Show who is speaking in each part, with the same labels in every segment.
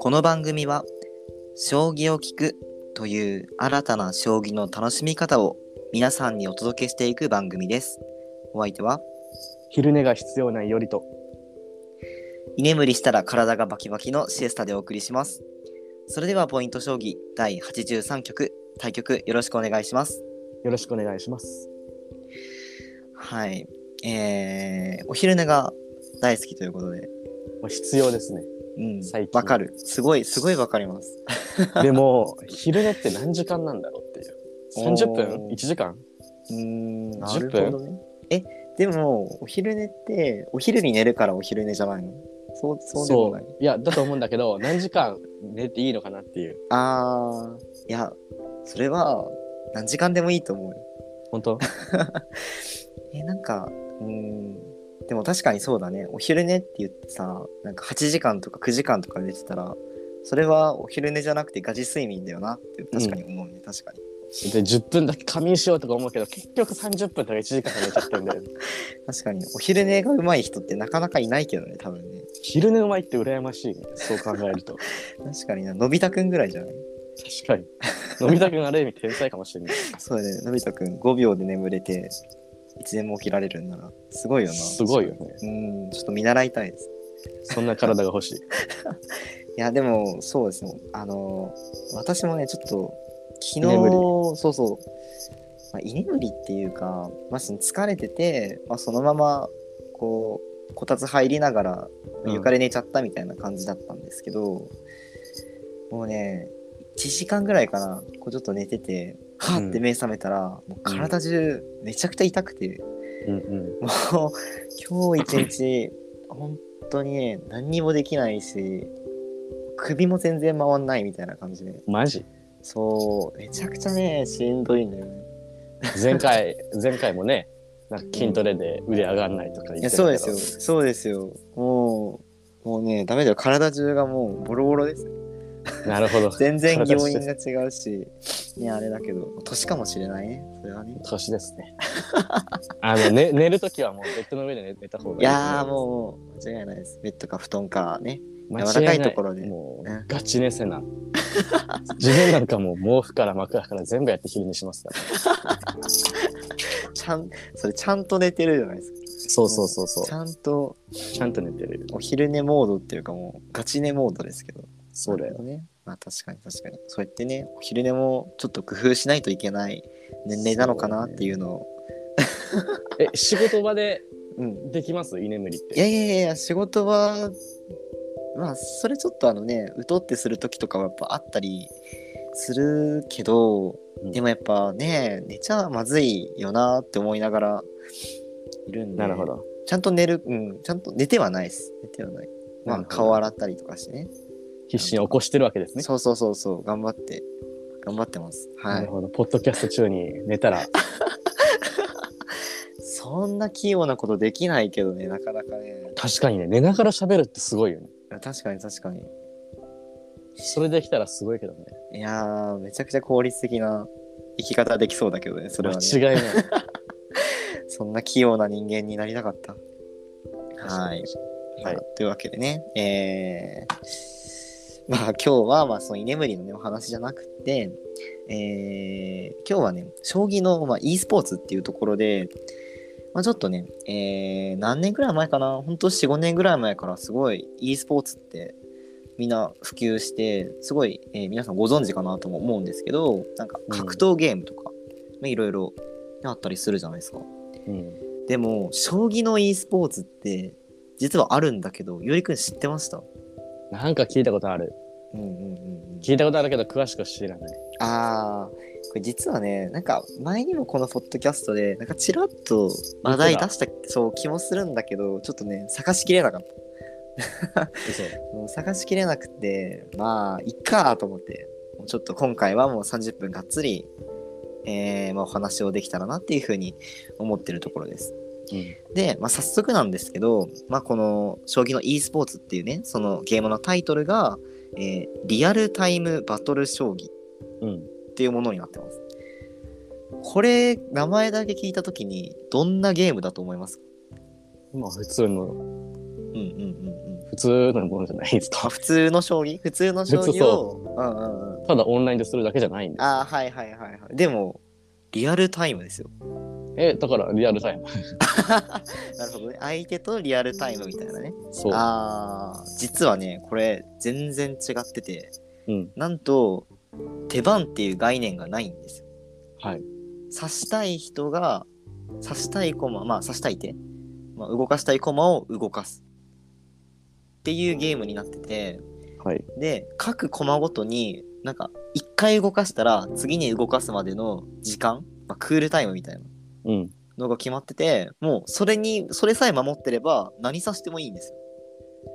Speaker 1: この番組は将棋を聞くという新たな将棋の楽しみ方を皆さんにお届けしていく番組です。お相手は
Speaker 2: 昼寝が必要ないよりと
Speaker 1: 居眠りしたら体がバキバキのシエスタでお送りします。それではポイント将棋第83局対局よろしくお願いします。
Speaker 2: よろしくお願いします。
Speaker 1: はい。えー、お昼寝が大好きということで、
Speaker 2: まあ必要 ですね。
Speaker 1: うん
Speaker 2: 最、近
Speaker 1: わかる。すごい、すごいわかります。
Speaker 2: でも昼寝って何時間なんだろうっていう。
Speaker 1: おー
Speaker 2: 30分 ?1 時間
Speaker 1: うーん、なる
Speaker 2: 10
Speaker 1: ほどね。え、でも、お昼寝って、お昼に寝るからお昼寝じゃないのそう、そうでもない。
Speaker 2: いやだと思うんだけど 何時間寝ていいのかなっていう。
Speaker 1: あー、いや、それは、何時間でもいいと思うよ。
Speaker 2: 本当
Speaker 1: え、なんか、うーん、でも確かにそうだね。お昼寝って言ってさ、なんか8時間とか9時間とか寝てたら、それはお昼寝じゃなくてガチ睡眠だよなって確かに思うね、確かに。
Speaker 2: で10分だけ仮眠しようとか思うけど結局30分とか1時間寝ちゃってるんだよね。
Speaker 1: 確かに、お昼寝が上手い人ってなかなかいないけどね、多分ね。
Speaker 2: 昼寝うまいって羨ましいね。そう考えると。
Speaker 1: 確かにな、のび太くんぐらいじゃない
Speaker 2: 確かに。 飲みたくなる意味天才かもしれない。
Speaker 1: そうだね、のび太くん5秒で眠れて、いつでも起きられるんなら、すごいよな。
Speaker 2: すごいよね。
Speaker 1: うん、ちょっと見習いたいです。
Speaker 2: そんな体が欲しい。
Speaker 1: いや、でも、そうですね。あの、私もね、ちょっと、昨日、
Speaker 2: 眠り
Speaker 1: そうそう、まあ、居眠りっていうか、まあ、その疲れてて、まあ、そのまま、こう、こたつ入りながら、
Speaker 2: うん
Speaker 1: 床で寝ちゃったみたいな感じだったんですけど、もうね、1時間ぐらいかな、こうちょっと寝てて、はーって目覚めたら、もう体中、めちゃくちゃ痛くて、
Speaker 2: うんうん。
Speaker 1: もう今日一日本当にね何にもできないし首も全然回んないみたいな感じで
Speaker 2: マジ
Speaker 1: そうめちゃくちゃねしんどいんだよね
Speaker 2: 前回前回もねなんか筋トレで腕上がんないとか言って
Speaker 1: いや
Speaker 2: たけど
Speaker 1: そうですよそうですよもうもうねダメだよ体中がもうボロボロです
Speaker 2: なるほど
Speaker 1: 全然
Speaker 2: 体中
Speaker 1: 要因が違うしねあれだけど年かもしれないねそれはね
Speaker 2: 年です ねあの、ね、寝るときはもうベッドの上で寝寝た方がいい
Speaker 1: いやーもう間違いないですベッドか布団かね
Speaker 2: う
Speaker 1: 柔らかいところで
Speaker 2: も
Speaker 1: ね
Speaker 2: うガチ寝せな自分なんかもう毛布から枕から全部やって昼寝しますから
Speaker 1: ちゃんそれちゃんと寝てるじゃないですか
Speaker 2: そうそうそうそう
Speaker 1: ちゃんと
Speaker 2: ちゃんと寝てる
Speaker 1: お昼寝モードっていうかもうガチ寝モードですけど
Speaker 2: そうだ
Speaker 1: な
Speaker 2: よ
Speaker 1: るほどねまあ確かに確かにそうやってねお昼寝もちょっと工夫しないといけない年齢なのかなっていうのを
Speaker 2: え仕事場で
Speaker 1: うん
Speaker 2: できます居眠りっ
Speaker 1: い
Speaker 2: て
Speaker 1: やいやいやいや仕事はまあそれちょっとあのねうとってする時とかはやっぱあったりするけど
Speaker 2: うん
Speaker 1: でもやっぱね寝ちゃまずいよなって思いながらいるんで
Speaker 2: なるほど
Speaker 1: ちゃんと寝るうんちゃんと寝てはないです寝てはないま
Speaker 2: な
Speaker 1: あ
Speaker 2: るほど
Speaker 1: 顔洗ったりとかしてね
Speaker 2: 必死に起こしてるわけですね
Speaker 1: そうそうそうそう頑張って頑張ってますは
Speaker 2: ないるほどポッドキャスト中に寝たら
Speaker 1: そんな器用なことできないけどねなかなかね
Speaker 2: 確かにね寝ながら喋るってすごいよね
Speaker 1: 確かに確かに
Speaker 2: それできたらすごいけどね。
Speaker 1: いやーめちゃくちゃ効率的な生き方できそうだけどねそれはね
Speaker 2: 間違いない。
Speaker 1: そんな器用な人間になりたかったはい、
Speaker 2: はい
Speaker 1: まあというわけでねえー、まあ今日はまあその居眠りのねお話じゃなくてえー、今日はね将棋の、まあ、e スポーツっていうところで、まあ、ちょっとね、えー、何年ぐらい前かな本当45年ぐらい前からすごい e スポーツってみんな普及してすごい、えー皆さんご存知かなとも思うんですけどなんか格闘ゲームとか、ねいろいろあったりするじゃないですか。
Speaker 2: うん。
Speaker 1: でも将棋の e スポーツって実はあるんだけどよりくん知ってました
Speaker 2: なんか聞いたことある。
Speaker 1: うんうんうんうん
Speaker 2: 聞いたことあるけど詳しく知らない。
Speaker 1: ああこれ実はねなんか前にもこのポッドキャストでなんかちらっと話題出したそう気もするんだけどちょっとね探しきれなかった
Speaker 2: 嘘。
Speaker 1: もう探しきれなくてまあいっかと思ってもうちょっと今回はもう30分がっつり、えーまあ、お話をできたらなっていうふうに思ってるところです
Speaker 2: うん。
Speaker 1: で、まあ、早速なんですけど、まあ、この将棋の e スポーツっていうねそのゲームのタイトルが、えーリアルタイムバトル将棋
Speaker 2: うん。
Speaker 1: っていうものになってますこれ名前だけ聞いた時にどんなゲームだと思いますか
Speaker 2: まあ普通の、
Speaker 1: うんうんうんうん
Speaker 2: 普通のものじゃないです
Speaker 1: あ
Speaker 2: か。
Speaker 1: 普通の将棋普通の将
Speaker 2: 普通
Speaker 1: 棋をうんうんうん
Speaker 2: ただオンラインでするだけじゃないんです。
Speaker 1: ああはいはいはいはいでもリアルタイムですよ
Speaker 2: え、だからリアルタイム。
Speaker 1: なるほどね相手とリアルタイムみたいなね
Speaker 2: そう。
Speaker 1: ああ実はねこれ全然違ってて
Speaker 2: うん。
Speaker 1: なんと手番っていう概念がないんですよ
Speaker 2: はい。
Speaker 1: 刺したい人が刺したい駒まあ刺したい手、まあ、動かしたい駒を動かすっていうゲームになってて
Speaker 2: はい。
Speaker 1: で各駒ごとになんか1回動かしたら次に動かすまでの時間、まあ、クールタイムみたいな
Speaker 2: うん。
Speaker 1: のが決まっててもうそれにそれさえ守ってれば何指してもいいんですよ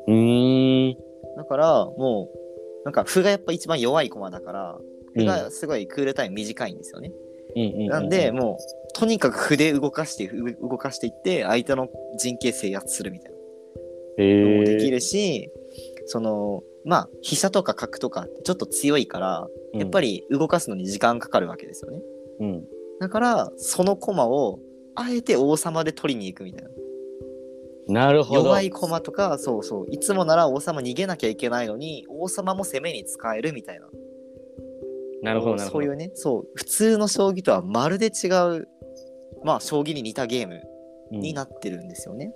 Speaker 2: うーん。
Speaker 1: だからもうなんか歩がやっぱ一番弱い駒だから
Speaker 2: う
Speaker 1: 歩
Speaker 2: ん
Speaker 1: がすごいクールタイム短いんですよね、
Speaker 2: うんう
Speaker 1: なんで、もうとにかく歩で動かしてう動かしていって相手の陣形制圧するみたい
Speaker 2: え
Speaker 1: なのもでき
Speaker 2: ー、
Speaker 1: るし、そのまあ飛車とか角とかちょっと強いからやっぱ
Speaker 2: り、
Speaker 1: り動かすのに時間かかるわけですよね
Speaker 2: うん。
Speaker 1: だからその駒をあえて王様で取りに行くみたいな
Speaker 2: なるほど。
Speaker 1: 弱い駒とかそうそういつもなら王様逃げなきゃいけないのに王様も攻めに使えるみたいな
Speaker 2: なるほど、なる
Speaker 1: そ
Speaker 2: ほ
Speaker 1: うい
Speaker 2: ど
Speaker 1: う。ねそう普通の将棋とはまるで違うまあ将棋に似たゲーム
Speaker 2: うん
Speaker 1: になってるんですよね。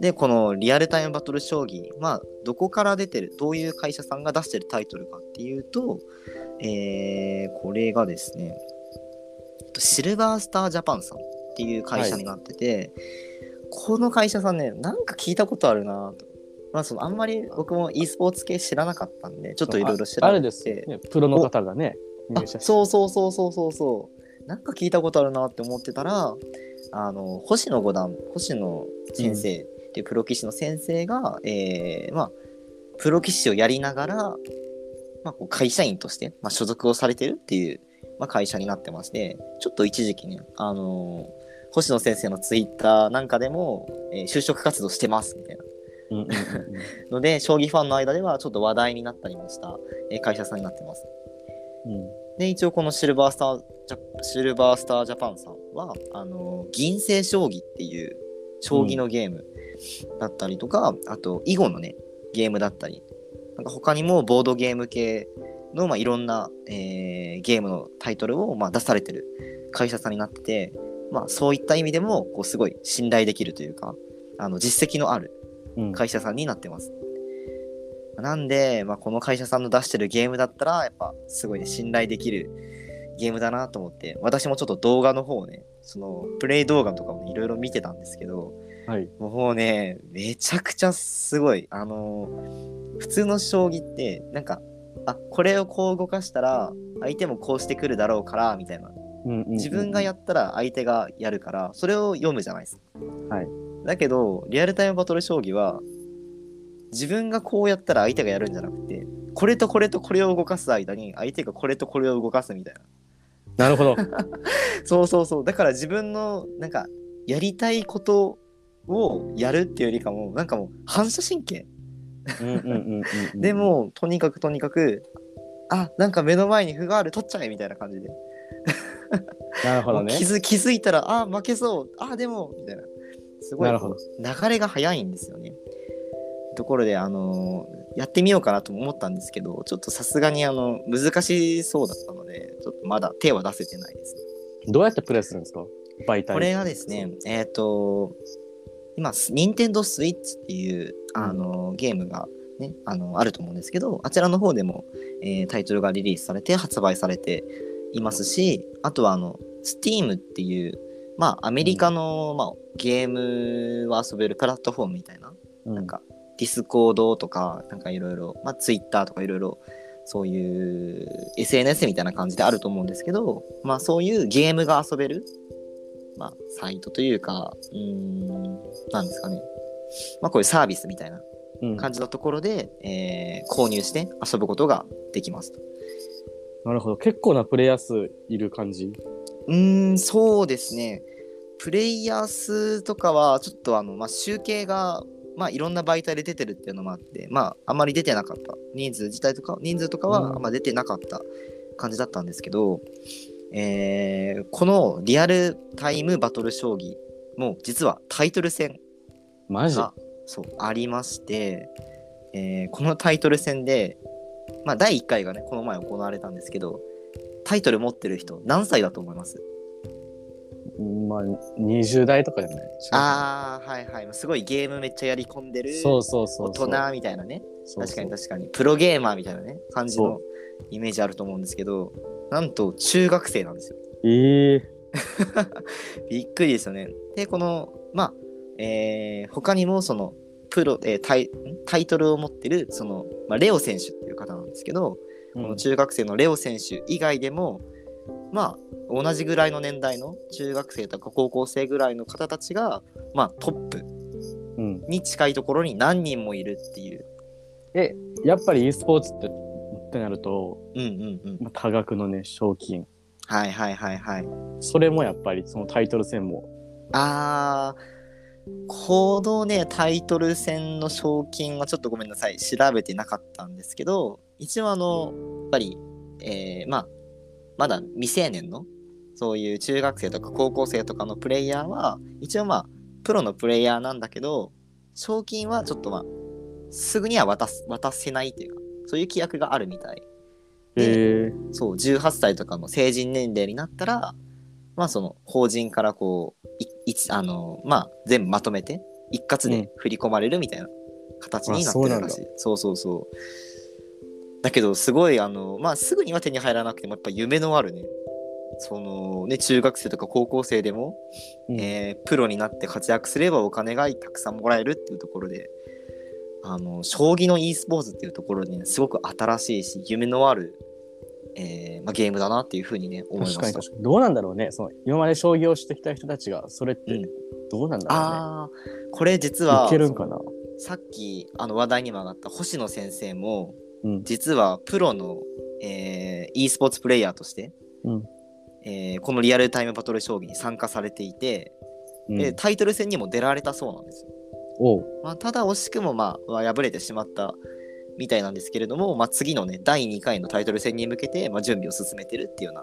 Speaker 1: でこのリアルタイムバトル将棋まあどこから出てるどういう会社さんが出してるタイトルかっていうと、えーこれがですねシルバースタージャパンさんっていう会社になってて、この会社さんねなんか聞いたことあるなと。まあ、そのあんまり僕も e スポーツ系知らなかったんでちょっといろいろ調べて
Speaker 2: ああれですよね。プロの方がね、入社
Speaker 1: あそうそうそうそうそうそうなんか聞いたことあるなって思ってたらあの星野五段星野先生っていうプロ棋士の先生が、えーまあ、プロ棋士をやりながら、まあ、こう会社員として、まあ、所属をされてるっていう、まあ、会社になってましてちょっと一時期ね、あのー星野先生のツイッターなんかでも、えー就職活動してますみたいな
Speaker 2: うんうんうん
Speaker 1: ので将棋ファンの間ではちょっと話題になったりもした、えー会社さんになってます。
Speaker 2: うん
Speaker 1: で一応このシルバースタージャシルバースタージャパンさんはあの銀星将棋っていう将棋のゲームだったりとか、あと囲碁のねゲームだったりなんか他にもボードゲーム系の、まあ、いろんな、えーゲームのタイトルを、まあ、出されてる会社さんになってて、まあ、そういった意味でもこうすごい信頼できるというかあの実績のある
Speaker 2: うん。
Speaker 1: 会社さんになってます。なんで、まあ、この会社さんの出してるゲームだったら、やっぱすごい、ね、信頼できるゲームだなと思って、私もちょっと動画の方をね、そのプレイ動画とかもいろいろ見てたんですけど、
Speaker 2: はい。
Speaker 1: もうね、めちゃくちゃすごい。あのー普通の将棋って、なんか、あこれをこう動かしたら、相手もこうしてくるだろうから、みたいな。自分がや
Speaker 2: っ
Speaker 1: ったら相手がやるからそれを読むじゃないですか。
Speaker 2: はい、
Speaker 1: だけどリアルタイムバトル将棋は自分がこうやったら相手がやるんじゃなくてこれとこれとこれを動かす間に相手がこれとこれを動かすみたいな。
Speaker 2: なる ほど。
Speaker 1: そうそうそうだから自分のなんかやりたいことをやるっていうよりかもなんかもう反射神経
Speaker 2: うんうんうんうん
Speaker 1: で、もとにかくとにかくあなんか目の前に歩がある取っちゃえみたいな感じで
Speaker 2: なるほどね
Speaker 1: 気。づ気づいたらあー負けそうあーでもみたいなすごい
Speaker 2: なるほど
Speaker 1: 流れが早いんですよねところであのーやってみようかなとも思ったんですけどちょっとさすがにあの難しそうだったのでちょっとまだ手は出せてないです
Speaker 2: どうやってプレイするんですか媒体。
Speaker 1: これがですねえっ、と今任天堂スイッチっていうあのーゲームがね、あのあると思うんですけどあちらの方でも、えータイトルがリリースされて発売されていますしあとはあの Steam っていうまあアメリカの、まあ、ゲームを遊べるプラットフォームみたいな
Speaker 2: うん、
Speaker 1: なんか、ディスコードとか、なんかいろいろ、まあ、ツイッターとかいろいろ、そういう SNS みたいな感じであると思うんですけど、まあ、そういうゲームが遊べる、まあ、サイトというか、うーん、なんですかね。まあ、こういうサービスみたいな
Speaker 2: うん
Speaker 1: 感じのところで、えー購入して遊ぶことができますと。
Speaker 2: なるほど。結構なプレイヤー数いる感じ。
Speaker 1: うーん、そうですね。プレイヤー数とかは、ちょっとあの、まあ、集計が、まあ、いろんな媒体で出てるっていうのもあって、まあ、あんまり出てなかった。人数自体とか、人数とかは、
Speaker 2: うん
Speaker 1: まあ、出てなかった感じだったんですけど、えーこのリアルタイムバトル将棋もう実はタイトル戦
Speaker 2: マジ
Speaker 1: あそうありまして、えーこのタイトル戦で、まあ、第1回がねこの前行われたんですけどタイトル持ってる人何歳だと思います
Speaker 2: まあ、20代とかじゃない
Speaker 1: ああはいはいすごいゲームめっちゃやり込んでる
Speaker 2: そうそうそう
Speaker 1: 大
Speaker 2: そう。
Speaker 1: 人みたいなね
Speaker 2: そう
Speaker 1: 確
Speaker 2: そ
Speaker 1: か
Speaker 2: う
Speaker 1: に確かにプロゲーマーみたいなね感じ
Speaker 2: そ
Speaker 1: のイメージあると思うんですけどなんと中学生なんですよ
Speaker 2: ええ
Speaker 1: びっくりですよねでこのまあえー他にもそのプロ、えータイんタイトルを持ってるその、まあ、レオ選手っていう方なんですけど、この中学生のレオ選手以外でもまあ同じぐらいの年代の中学生とか高校生ぐらいの方たちが、まあ、トップ
Speaker 2: うん、
Speaker 1: に近いところに何人もいるっていう。
Speaker 2: やっぱり e スポーツってってなると、
Speaker 1: うんうんうん。
Speaker 2: まあ多額のね、賞金。
Speaker 1: はいはいはいはい。
Speaker 2: それもやっぱりそのタイトル戦も。
Speaker 1: あー、このね、タイトル戦の賞金はちょっとごめんなさい、調べてなかったんですけど、一応あの、やっぱり、えーまあ、まだ未成年の、そういう中学生とか高校生とかのプレイヤーは、一応まあ、プロのプレイヤーなんだけど、賞金はちょっとまあ、すぐには渡す渡せないというか、そういう規約があるみたい。
Speaker 2: ええ
Speaker 1: そう18歳とかの成人年齢になったらまあその法人からこういいつあのまあ全部まとめて一括
Speaker 2: うん
Speaker 1: で振り込まれるみたいな形になって
Speaker 2: あそうな
Speaker 1: る
Speaker 2: んだ
Speaker 1: らしい、そうそうそうだけどすごいあのまあすぐには手に入らなくてもやっぱ夢のあるねそのね中学生とか高校生でも、
Speaker 2: うん
Speaker 1: えープロになって活躍すればお金がたくさんもらえるっていうところであの将棋の e スポーツっていうところに、ね、すごく新しいし夢のある、えーまあ、ゲームだなっていうふうにね思いま
Speaker 2: 確か
Speaker 1: し
Speaker 2: に
Speaker 1: た。
Speaker 2: 確かに。どうなんだろうね。その今まで将棋をしてきた人たちが、それっ
Speaker 1: う
Speaker 2: て
Speaker 1: ん
Speaker 2: どうなんだろ
Speaker 1: ああこれ実
Speaker 2: うね。
Speaker 1: はい
Speaker 2: けるんかな
Speaker 1: さっきあの話題にも上がった星野先生も、
Speaker 2: うん
Speaker 1: 実はプロの、えー e スポーツプレイヤーとして、
Speaker 2: うん
Speaker 1: えーこのリアルタイムバトル将棋に参加されていて、
Speaker 2: うん
Speaker 1: でタイトル戦にも出られたそうなんですよ、
Speaker 2: おう
Speaker 1: まあ、ただ惜しくも、まあ、は敗れてしまったみたいなんですけれども、まあ、次のね第2回のタイトル戦に向けて、まあ、準備を進めてるっていうような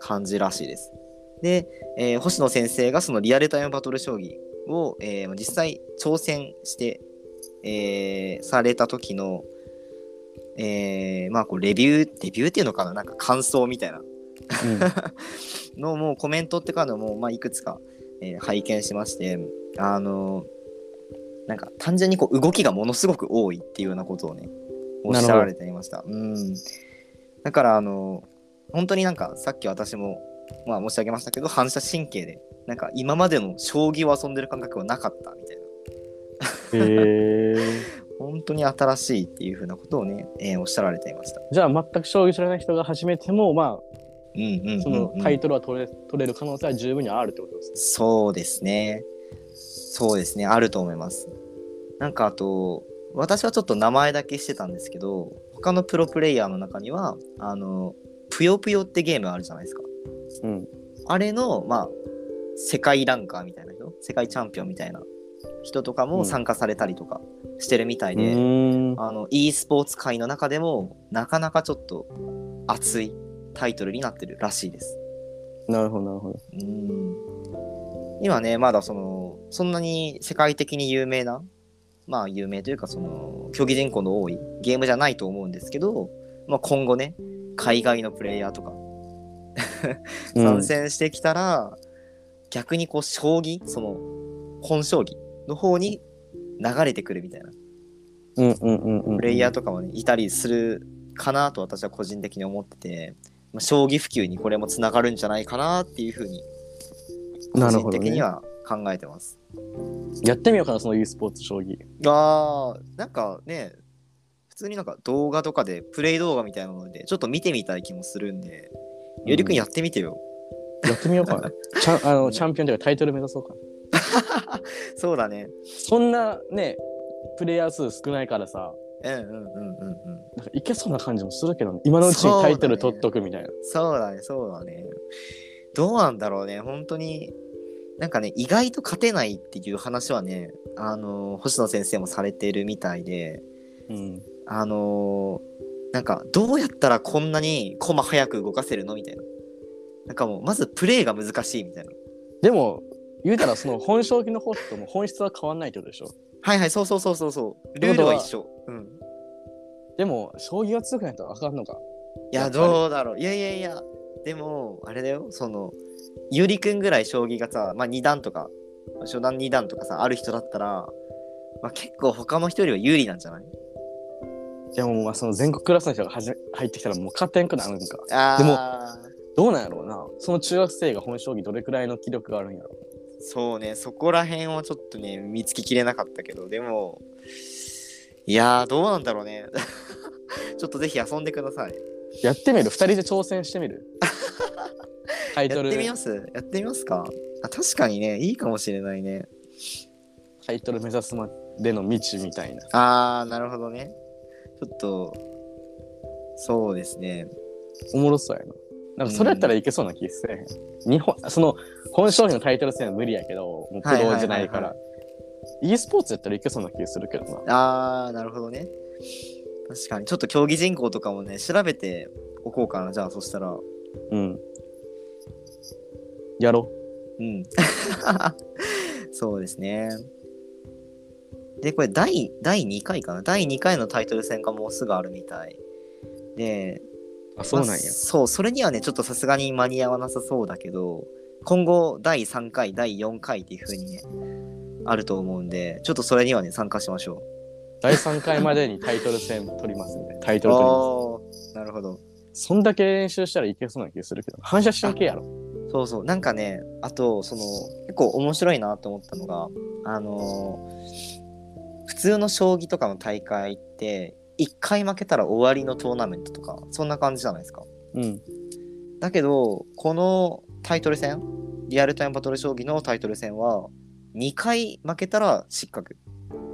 Speaker 1: 感じらしいですで、えー星野先生がそのリアルタイムバトル将棋を、えー実際挑戦して、えーされた時の、えーまあ、こうレビューレビューっていうのかななんか感想みたいな
Speaker 2: うん
Speaker 1: のもうコメントってかのも、まあ、いくつか、えー拝見しましてあのなんか単純にこう動きがものすごく多いっていうようなことをねおっしゃられていましたうんだからあの本当になんかさっき私も、まあ、申し上げましたけど反射神経でなんか今までの将棋を遊んでる感覚はなかったみたいな
Speaker 2: へえ
Speaker 1: 本当に新しいっていうふうなことをね、えーおっしゃられていました
Speaker 2: じゃあ全く将棋知らない人が始めてもま
Speaker 1: うんうんうん、う
Speaker 2: あ
Speaker 1: ん、
Speaker 2: そのタイトルは取れ,、取れる可能性は十分にあるってことですね。
Speaker 1: そうですね。そうですね。あると思います。なんかあと、私はちょっと名前だけしてたんですけど、他のプロプレイヤーの中には、あの、ぷよぷよってゲームあるじゃないですか。
Speaker 2: うん、
Speaker 1: あれの、まあ、世界ランカーみたいな人、世界チャンピオンみたいな人とか
Speaker 2: う
Speaker 1: も
Speaker 2: ん
Speaker 1: 参加されたりとかしてるみたいで、
Speaker 2: うん
Speaker 1: あの e スポーツ界の中でも、なかなかちょっと熱いタイトルになってるらしいです。
Speaker 2: なるほどなるほど。
Speaker 1: うん今ねまだそのそんなに世界的に有名なまあ有名というかその競技人口の多いゲームじゃないと思うんですけど、まあ、今後ね海外のプレイヤーとか参戦してきたら、逆にこう将棋その本将棋の方に流れてくるみたいな
Speaker 2: うんうんうんうんうん
Speaker 1: プレイヤーとかもねいたりするかなと私は個人的に思ってて、まあ、将棋普及にこれもつながるんじゃないかなっていうふうに個
Speaker 2: なる
Speaker 1: 人
Speaker 2: ほど
Speaker 1: 的に
Speaker 2: ね。
Speaker 1: は考えてます。
Speaker 2: やってみようかなその e スポーツ将棋。
Speaker 1: あーなんかね普通になんか動画とかでプレイ動画みたいなのでちょっと見てみたい気もするんでよりくんやってみてよ、
Speaker 2: やってみよう かな。チャンあのチャンピオンというかタイトル目指そうかな。
Speaker 1: そうだね
Speaker 2: そんなねプレイヤー数少ないからさ
Speaker 1: うんうんうんうんうん
Speaker 2: なんかいけそうな感じもするけど、ね、今のうちにタイトル取っとくみたいな。
Speaker 1: そうだねそうだねどうなんだろうね本当になんかね意外と勝てないっていう話はねあのー星野先生もされてるみたいで
Speaker 2: うん
Speaker 1: あのーなんかどうやったらこんなに駒早く動かせるのみたいななんかもうまずプレイが難しいみたいな
Speaker 2: でも言うたらその本将棋の方とも本質は変わんないってことでしょ
Speaker 1: はいはい、そうそうそうそうそう。
Speaker 2: て
Speaker 1: ル
Speaker 2: こ
Speaker 1: ール
Speaker 2: とは
Speaker 1: は一緒。うん。
Speaker 2: でも将棋が強くないとあかんのか
Speaker 1: い
Speaker 2: や
Speaker 1: や、
Speaker 2: っぱり
Speaker 1: どうだろう。いやいやいや、でも、あれだよ、その、ゆりくんぐらい将棋がさ、まあ、2段とか、初段2段とかさ、ある人だったら、まあ、結構他の人よりは有利なんじゃない
Speaker 2: でもまあその全国クラスの人がはじめ入ってきたらもう勝てんくなるんか
Speaker 1: あでも、
Speaker 2: どうなんやろうなその中学生が本将棋どれくらいの気力があるんやろう
Speaker 1: そうね、そこら辺はちょっとね、見つけきれなかったけど、でも、いやー、どうなんだろうね。 ちょっとぜひ遊んでください。
Speaker 2: やってみる2人で挑戦してみ るタイ
Speaker 1: や
Speaker 2: ト
Speaker 1: っ
Speaker 2: ル
Speaker 1: てみますやってみますかあ確かにね、いいかもしれないね。
Speaker 2: タイトル目指すまでの道みたいな
Speaker 1: あー、なるほどね。ちょっと、そうですね。
Speaker 2: おもろそうやななんかそれやったらいけそうな気せえへん日本その本商品のタイトル戦は無理やけどもうプロじゃないか
Speaker 1: は
Speaker 2: ら e スポーツやったらいけそうな気するけどな
Speaker 1: あー、なるほどね。確かに、ちょっと競技人口とかもね、調べておこうかな、じゃあ、そしたら。
Speaker 2: うんやろ
Speaker 1: うん。 そうですね。で、これ第、第2回かな。第2回のタイトル戦がもうすぐあるみたい。で、
Speaker 2: うあそうなん
Speaker 1: ま
Speaker 2: や
Speaker 1: あそう、それにはね、ちょっとさすがに間に合わなさそうだけど、今後、第3回、第4回っていう風にね、あると思うんで、ちょっとそれにはね、参加しましょう。
Speaker 2: 第3回までにタイトル戦取りますんで タイトル取ります
Speaker 1: おーなるほど。
Speaker 2: そんだけ練習したらいけそうな気するけど反射神経やろ
Speaker 1: そうそうなんかねあとその結構面白いなと思ったのがあのー普通の将棋とかの大会って1回負けたら終わりのトーナメントとかそんな感じじゃないですか
Speaker 2: うん
Speaker 1: だけどこのタイトル戦リアルタイムバトル将棋のタイトル戦は2回負けたら失格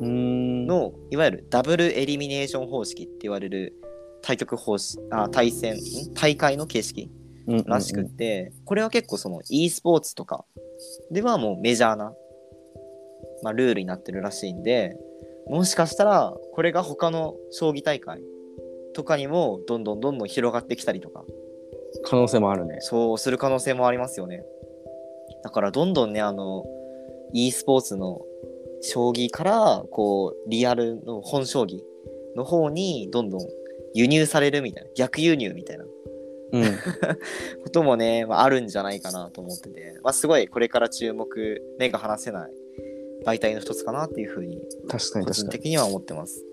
Speaker 2: うーん
Speaker 1: のいわゆるダブルエリミネーション方式って言われる対局方式あ対戦ん大会の形式
Speaker 2: うんうんうん
Speaker 1: らしくって、これは結構その e スポーツとかではもうメジャーな、まあ、ルールになってるらしいんでもしかしたらこれが他の将棋大会とかにもどんどんどんどん広がってきたりとか
Speaker 2: 可能性もあるね
Speaker 1: そうする可能性もありますよねだからどんどんねあの e スポーツの将棋からこうリアルの本将棋の方にどんどん輸入されるみたいな逆輸入みたいな
Speaker 2: うん
Speaker 1: こともね、まあ、あるんじゃないかなと思ってて、まあ、すごいこれから注目目が離せない媒体の一つかなっていうふうに
Speaker 2: 確かに
Speaker 1: 個人
Speaker 2: 確かに
Speaker 1: 的には思ってます。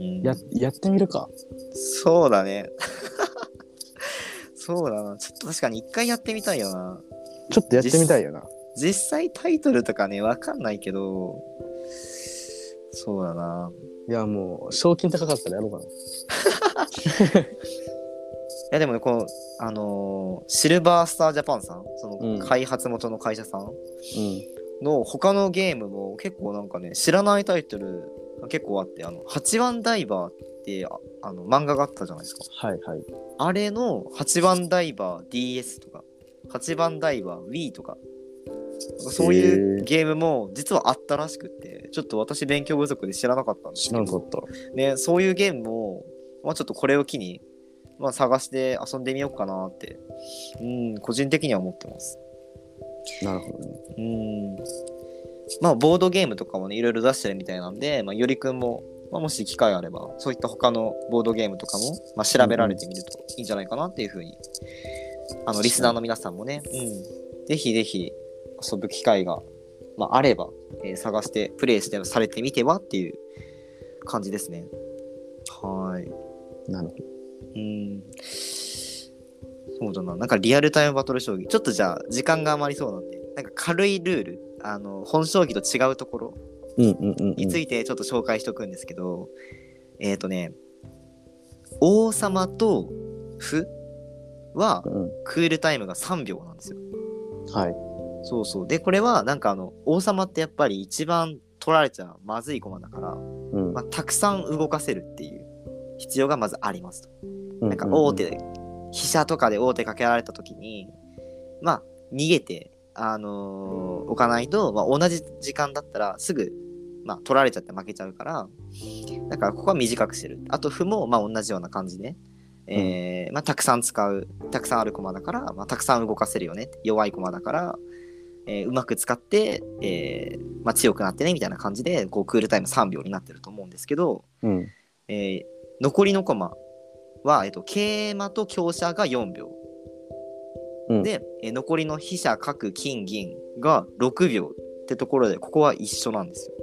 Speaker 1: うん、
Speaker 2: ややってみるか
Speaker 1: そうだね。 そうだな。ちょっと確かに一回やってみたいよな。
Speaker 2: ちょっとやってみたいよな
Speaker 1: 実際タイトルとかね、わかんないけど、そうだな。
Speaker 2: いやもう賞金高かったらやろうかない
Speaker 1: やでもね、この、あのーシルバースタージャパンさん、そ
Speaker 2: うん
Speaker 1: の開発元の会社さん、
Speaker 2: うん
Speaker 1: の他のゲームも結構なんかね知らないタイトルが結構あってあの8番ダイバーってああの漫画があったじゃないですか
Speaker 2: はいはい
Speaker 1: あれの8番ダイバー DS とか8番ダイバー Wii とかそうい
Speaker 2: へー
Speaker 1: うゲームも実はあったらしくってちょっと私勉強不足で知らなかったんです
Speaker 2: 知
Speaker 1: け
Speaker 2: らん
Speaker 1: ど
Speaker 2: かった
Speaker 1: ねそういうゲームも、まあ、ちょっとこれを機に、まあ、探して遊んでみようかなってうん個人的には思ってます
Speaker 2: なるほどね
Speaker 1: うんまあボードゲームとかもねいろいろ出してるみたいなんで、まあ、よりくんも、まあ、もし機会あればそういった他のボードゲームとかも、まあ、調べられてみるといいんじゃないかなっていうふうに、あのリスナーの皆さんもね、うん、ぜひぜひ遊ぶ機会が、まあ、あれば、えー探してプレイしてされてみてはっていう感じですねはい
Speaker 2: なるほ
Speaker 1: うんそうだな。なんかリアルタイムバトル将棋。ちょっとじゃあ、時間が余りそうなんで、なんか軽いルール、あの、本将棋と違うところ
Speaker 2: どうんうんうんうん
Speaker 1: についてちょっと紹介しとくんですけど、えっ、とね、王様と歩は
Speaker 2: うん
Speaker 1: クールタイムが3秒なんですよ。
Speaker 2: はい
Speaker 1: そうそう。で、これはなんかあの、王様ってやっぱり一番取られちゃまずい駒だから、
Speaker 2: うん
Speaker 1: まあ、たくさん動かせるっていう必要がまずありますと。
Speaker 2: な
Speaker 1: なんか大手で、飛車とかで大手かけられた時に、まあ、逃げて、あのー、おかないと、まあ、同じ時間だったらすぐ、まあ、取られちゃって負けちゃうから、だからここは短くしてる。あと、歩も、まあ、同じような感じで、えーまあ、たくさん使う、たくさんある駒だから、まあ、たくさん動かせるよね。弱い駒だから、えーうまく使って、えーまあ、強くなってねみたいな感じでこうクールタイム3秒になってると思うんですけど、
Speaker 2: うん。
Speaker 1: えー残りの駒は、えっと、桂馬と香車が4秒、
Speaker 2: うん
Speaker 1: で、えー残りの飛車角金銀が6秒ってところでここは一緒なんですよ。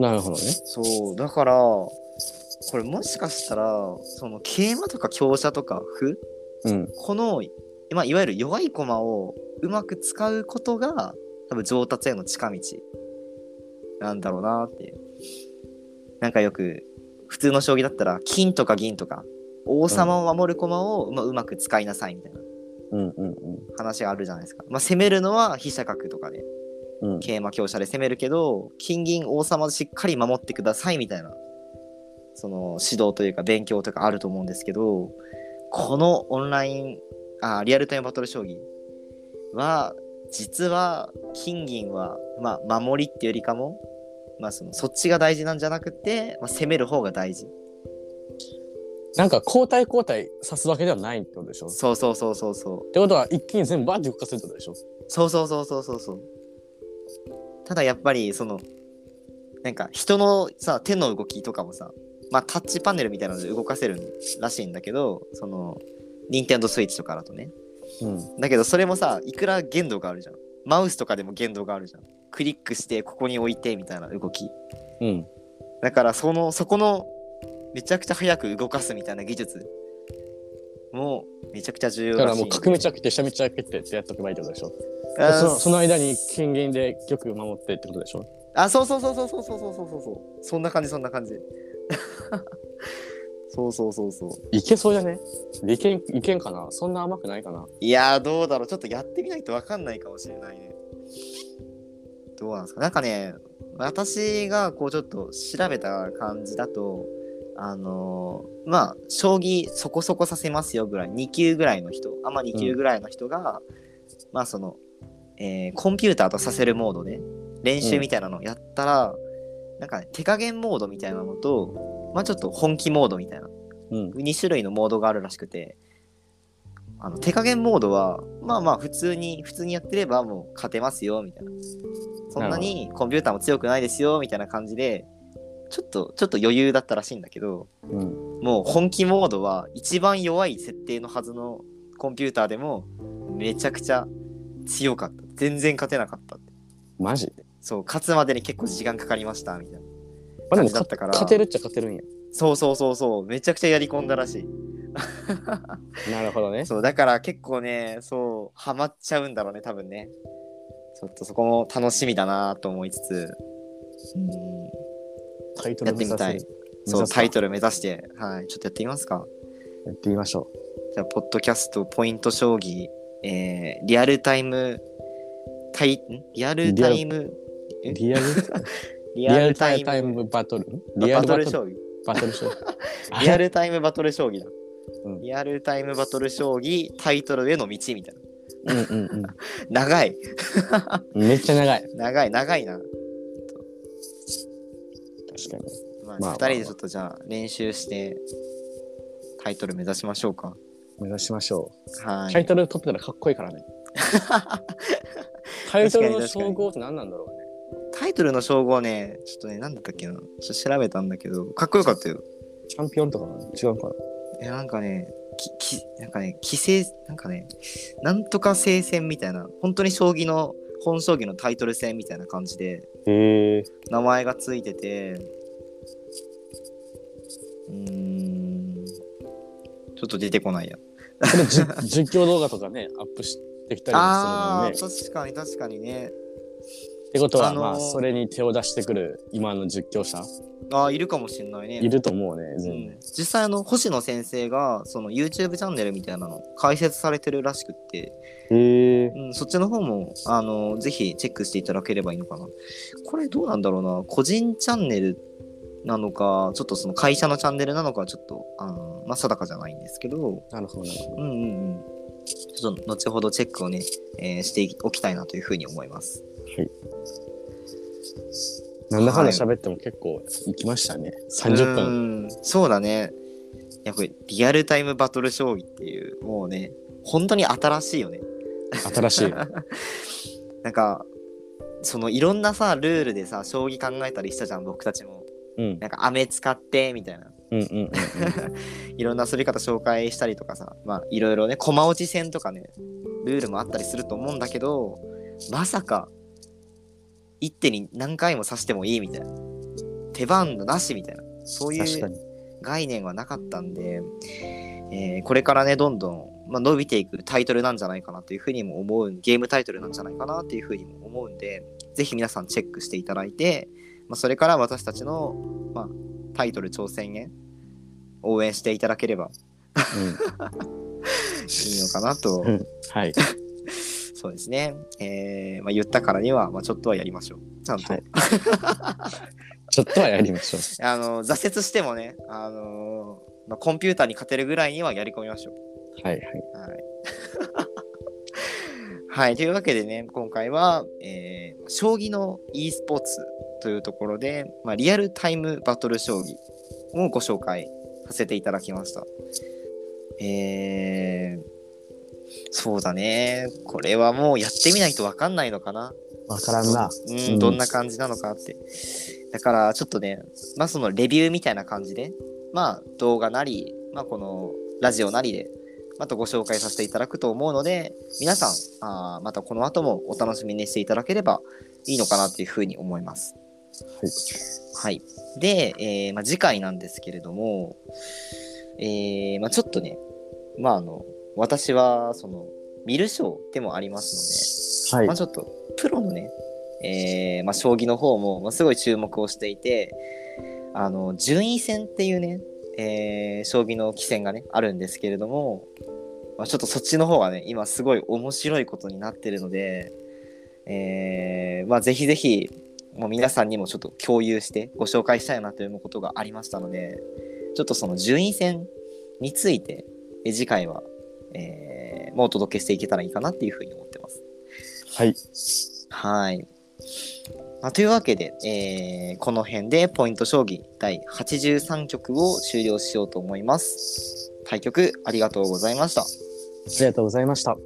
Speaker 2: なるほどね。
Speaker 1: そうだからこれもしかしたらその桂馬とか香車とか歩
Speaker 2: うん。
Speaker 1: この、まあ、いわゆる弱い駒をうまく使うことが多分上達への近道なんだろうなっていうなんかよく普通の将棋だったら金とか銀とか王様を守る駒を、まあ、うまく使いなさいみたいな
Speaker 2: うんうん
Speaker 1: 話があるじゃないですか、まあ、攻めるのは飛車角とかで
Speaker 2: うん。うん。
Speaker 1: 桂馬強者で攻めるけど金銀王様をしっかり守ってくださいみたいなその指導というか勉強とかあると思うんですけどこのオンラインあリアルタイムバトル将棋は実は金銀は、まあ、守りっていうよりかも、まあ、そのそっちが大事なんじゃなくて、まあ、攻める方が大事
Speaker 2: なんか交代交代さすわけではないってことでしょっ
Speaker 1: そうそうそうそうそう
Speaker 2: てことは一気に全部バーって動かするってことでしょ
Speaker 1: そうそうそうそうそうそう。ただやっぱりそのなんか人のさ手の動きとかもさ、まあ、タッチパネルみたいなので動かせるらしいんだけどその任天堂スイッチとかだとね
Speaker 2: うん。
Speaker 1: だけどそれもさいくら限度があるじゃんマウスとかでも限度があるじゃんクリックしてここに置いてみたいな動き
Speaker 2: うん。
Speaker 1: だからそのそこのめちゃくちゃ早く動かすみたいな技術もめちゃくちゃ重要
Speaker 2: だか
Speaker 1: だ
Speaker 2: ら
Speaker 1: し
Speaker 2: もう角めちゃくて下めちゃくてってやっとけばいいってことでしょ
Speaker 1: あー
Speaker 2: そのその間に金銀で玉守ってってことでしょ
Speaker 1: あ、そうそうそうそうそうそうそうそうそうそう。そんな感じそんな感じ。 そうそうそうそう。
Speaker 2: いけそうじゃねいけんいけんかなそんな甘くないかない
Speaker 1: やーどうだろう。ちょっとやってみないとわかんないかもしれないね。どうなんですかなんかね、私がこうちょっと調べた感じだと、あのーまあ、将棋そこそこさせますよぐらい、2級ぐらいの人、あまあ2級ぐらいの人が、まあその、えーコンピューターとさせるモードで練習みたいなのをやったら、なんかね、手加減モードみたいなのと、まあちょっと本気モードみたいな。
Speaker 2: うん。
Speaker 1: 2種類のモードがあるらしくてあの手加減モードはまあまあ普通に普通にやってればもう勝てますよみたいなそんなにコンピューターも強くないですよみたいな感じでちょっとちょっと余裕だったらしいんだけど
Speaker 2: うん。
Speaker 1: もう本気モードは一番弱い設定のはずのコンピューターでもめちゃくちゃ強かった全然勝てなかったって
Speaker 2: マジ
Speaker 1: そう勝つまでに結構時間かかりましたみたいな
Speaker 2: ま
Speaker 1: 感
Speaker 2: あでも
Speaker 1: じだ
Speaker 2: か
Speaker 1: ったから
Speaker 2: 勝てるっちゃ勝てるんや。
Speaker 1: そうそうそうそうめちゃくちゃやり込んだらしい
Speaker 2: なるほどね。
Speaker 1: そうだから結構ねそうハマっちゃうんだろうね多分ねちょっとそこも楽しみだなと思いつつ、うん、
Speaker 2: タイト
Speaker 1: や
Speaker 2: ル
Speaker 1: ってみ
Speaker 2: 目指
Speaker 1: た
Speaker 2: せ
Speaker 1: い
Speaker 2: る
Speaker 1: そう
Speaker 2: 目指すか
Speaker 1: タイトル目指してはいちょっとやってみますか
Speaker 2: やってみましょ
Speaker 1: じゃあポッドキャストポイント将棋、えーリアルタイムタイんリアルタイム
Speaker 2: う。
Speaker 1: え
Speaker 2: リアル
Speaker 1: リ
Speaker 2: リアルタイムバトル
Speaker 1: あ
Speaker 2: リア
Speaker 1: バトル
Speaker 2: ルバト
Speaker 1: 将
Speaker 2: ル
Speaker 1: 棋
Speaker 2: バトルショー。
Speaker 1: リアルタイムバトル将棋だ、
Speaker 2: うん
Speaker 1: リアルタイムバトル将棋タイトルへの道みたいな
Speaker 2: うんうん
Speaker 1: 長い
Speaker 2: うん。めっちゃ長い。
Speaker 1: 長い長いな
Speaker 2: 確かに。
Speaker 1: まあ、
Speaker 2: ま
Speaker 1: 2
Speaker 2: あ
Speaker 1: 人でちょっとじゃあ練習してタイトル目指しましょうか。
Speaker 2: 目指しましょ
Speaker 1: は
Speaker 2: う。タイ
Speaker 1: い。
Speaker 2: トル取ってたらかっこいいから ね。タイトルの称号って何なんだろうね。
Speaker 1: タイトルの称号ね、ちょっとね、なんだったっけな。ちょっと調べたんだけど、かっこよかったよ。
Speaker 2: チャンピオンとか違うかな。
Speaker 1: え、なんかね、き、き、なんかね、規制、なんかね、なんとか聖戦みたいな、本当に将棋の、本将棋のタイトル戦みたいな感じで、
Speaker 2: へえ。
Speaker 1: 名前がついてて、うーん、ちょっと出てこないや。
Speaker 2: これじゅ実況動画とかね、アップしてきたり
Speaker 1: ああ
Speaker 2: もするのに
Speaker 1: ー、確
Speaker 2: ね。
Speaker 1: かに確かにね。
Speaker 2: ってことは、
Speaker 1: あのー
Speaker 2: まあ、それに手を出してくる今の実況者、
Speaker 1: ああ、いるかもしんないね。
Speaker 2: いると思うね、全
Speaker 1: う
Speaker 2: 然
Speaker 1: ん。実際あの星野先生がその YouTube チャンネルみたいなの開設されてるらしくって、
Speaker 2: へえ。
Speaker 1: うん、そっちの方もあのぜひチェックしていただければいいのかなこれどうなんだろうな個人チャンネルなのかちょっとその会社のチャンネルなのかちょっとあの、まあ、定かじゃないんですけど
Speaker 2: なるほど、なるほど。
Speaker 1: うんうんうんちょっと後ほどチェックをね、えーしておきたいなというふうに思います
Speaker 2: なんだかんだ喋っても結構行きましたね。30分。
Speaker 1: 分そうだねいやこれリアルタイムバトル将 棋っていうもうね本当に新しいよね
Speaker 2: 新しい。
Speaker 1: なんかそのいろんなさルールでさ将棋考えたりしたじゃん僕たちも
Speaker 2: うん
Speaker 1: なんか飴使ってみたいな
Speaker 2: うんうんうん
Speaker 1: いろんな遊び方紹介したりとかさまあいろいろね駒落ち戦とかねルールもあったりすると思うんだけどまさか一手に何回も指してもいいみたいな手番のなしみたいなそうい
Speaker 2: 確か
Speaker 1: う
Speaker 2: に
Speaker 1: 概念はなかったんで、えーこれからねどんどん、まあ、伸びていくタイトルなんじゃないかなというふうにも思うゲームタイトルなんじゃないかなというふうにも思うんでぜひ皆さんチェックしていただいて、まあ、それから私たちの、まあ、タイトル挑戦へ応援していただければいいのかなと、
Speaker 2: うんうんはい
Speaker 1: そうですね、えーまあ、言ったからには、まあ、ちょっとはやりましょうちゃんと、
Speaker 2: はいちょっとはやりましょう
Speaker 1: あの挫折してもね、あのーまあ、コンピューターに勝てるぐらいにはやり込みましょう
Speaker 2: はいはい
Speaker 1: はい。 はい、というわけでね、今回は、えー将棋の e スポーツというところで、まあ、リアルタイムバトル将棋をご紹介させていただきました。えーそうだね、これはもうやってみないと分かんないのかな。
Speaker 2: わからんな
Speaker 1: う
Speaker 2: うん
Speaker 1: ん、どんな感じなのかって。だから、ちょっとね、まあ、そのレビューみたいな感じで、まあ、動画なり、まあ、このラジオなりで、またご紹介させていただくと思うので、皆さん、あーまたこの後もお楽しみにしていただければいいのかなというふうに思います。
Speaker 2: はい
Speaker 1: はい。で、えーまあ、次回なんですけれども、えーまあ、ちょっとね、まあ、あの、私は、その、見る賞でもありますので、
Speaker 2: はい
Speaker 1: まあ、ちょっとプロのね、えーまあ、将棋の方も、まあ、すごい注目をしていてあの順位戦っていうね、えー将棋の棋戦がねあるんですけれども、まあ、ちょっとそっちの方がね今すごい面白いことになってるので、えーまあ、ぜひぜひもう皆さんにもちょっと共有してご紹介したいなということがありましたのでちょっとその順位戦についてえ次回は、えー、もうお届けしていけたらいいかなっていうふうに思ってます。
Speaker 2: はい
Speaker 1: はい。まあ、というわけで、えーこの辺でポイント将棋第83局を終了しようと思います。対局ありがとうございました。
Speaker 2: ありがとうございました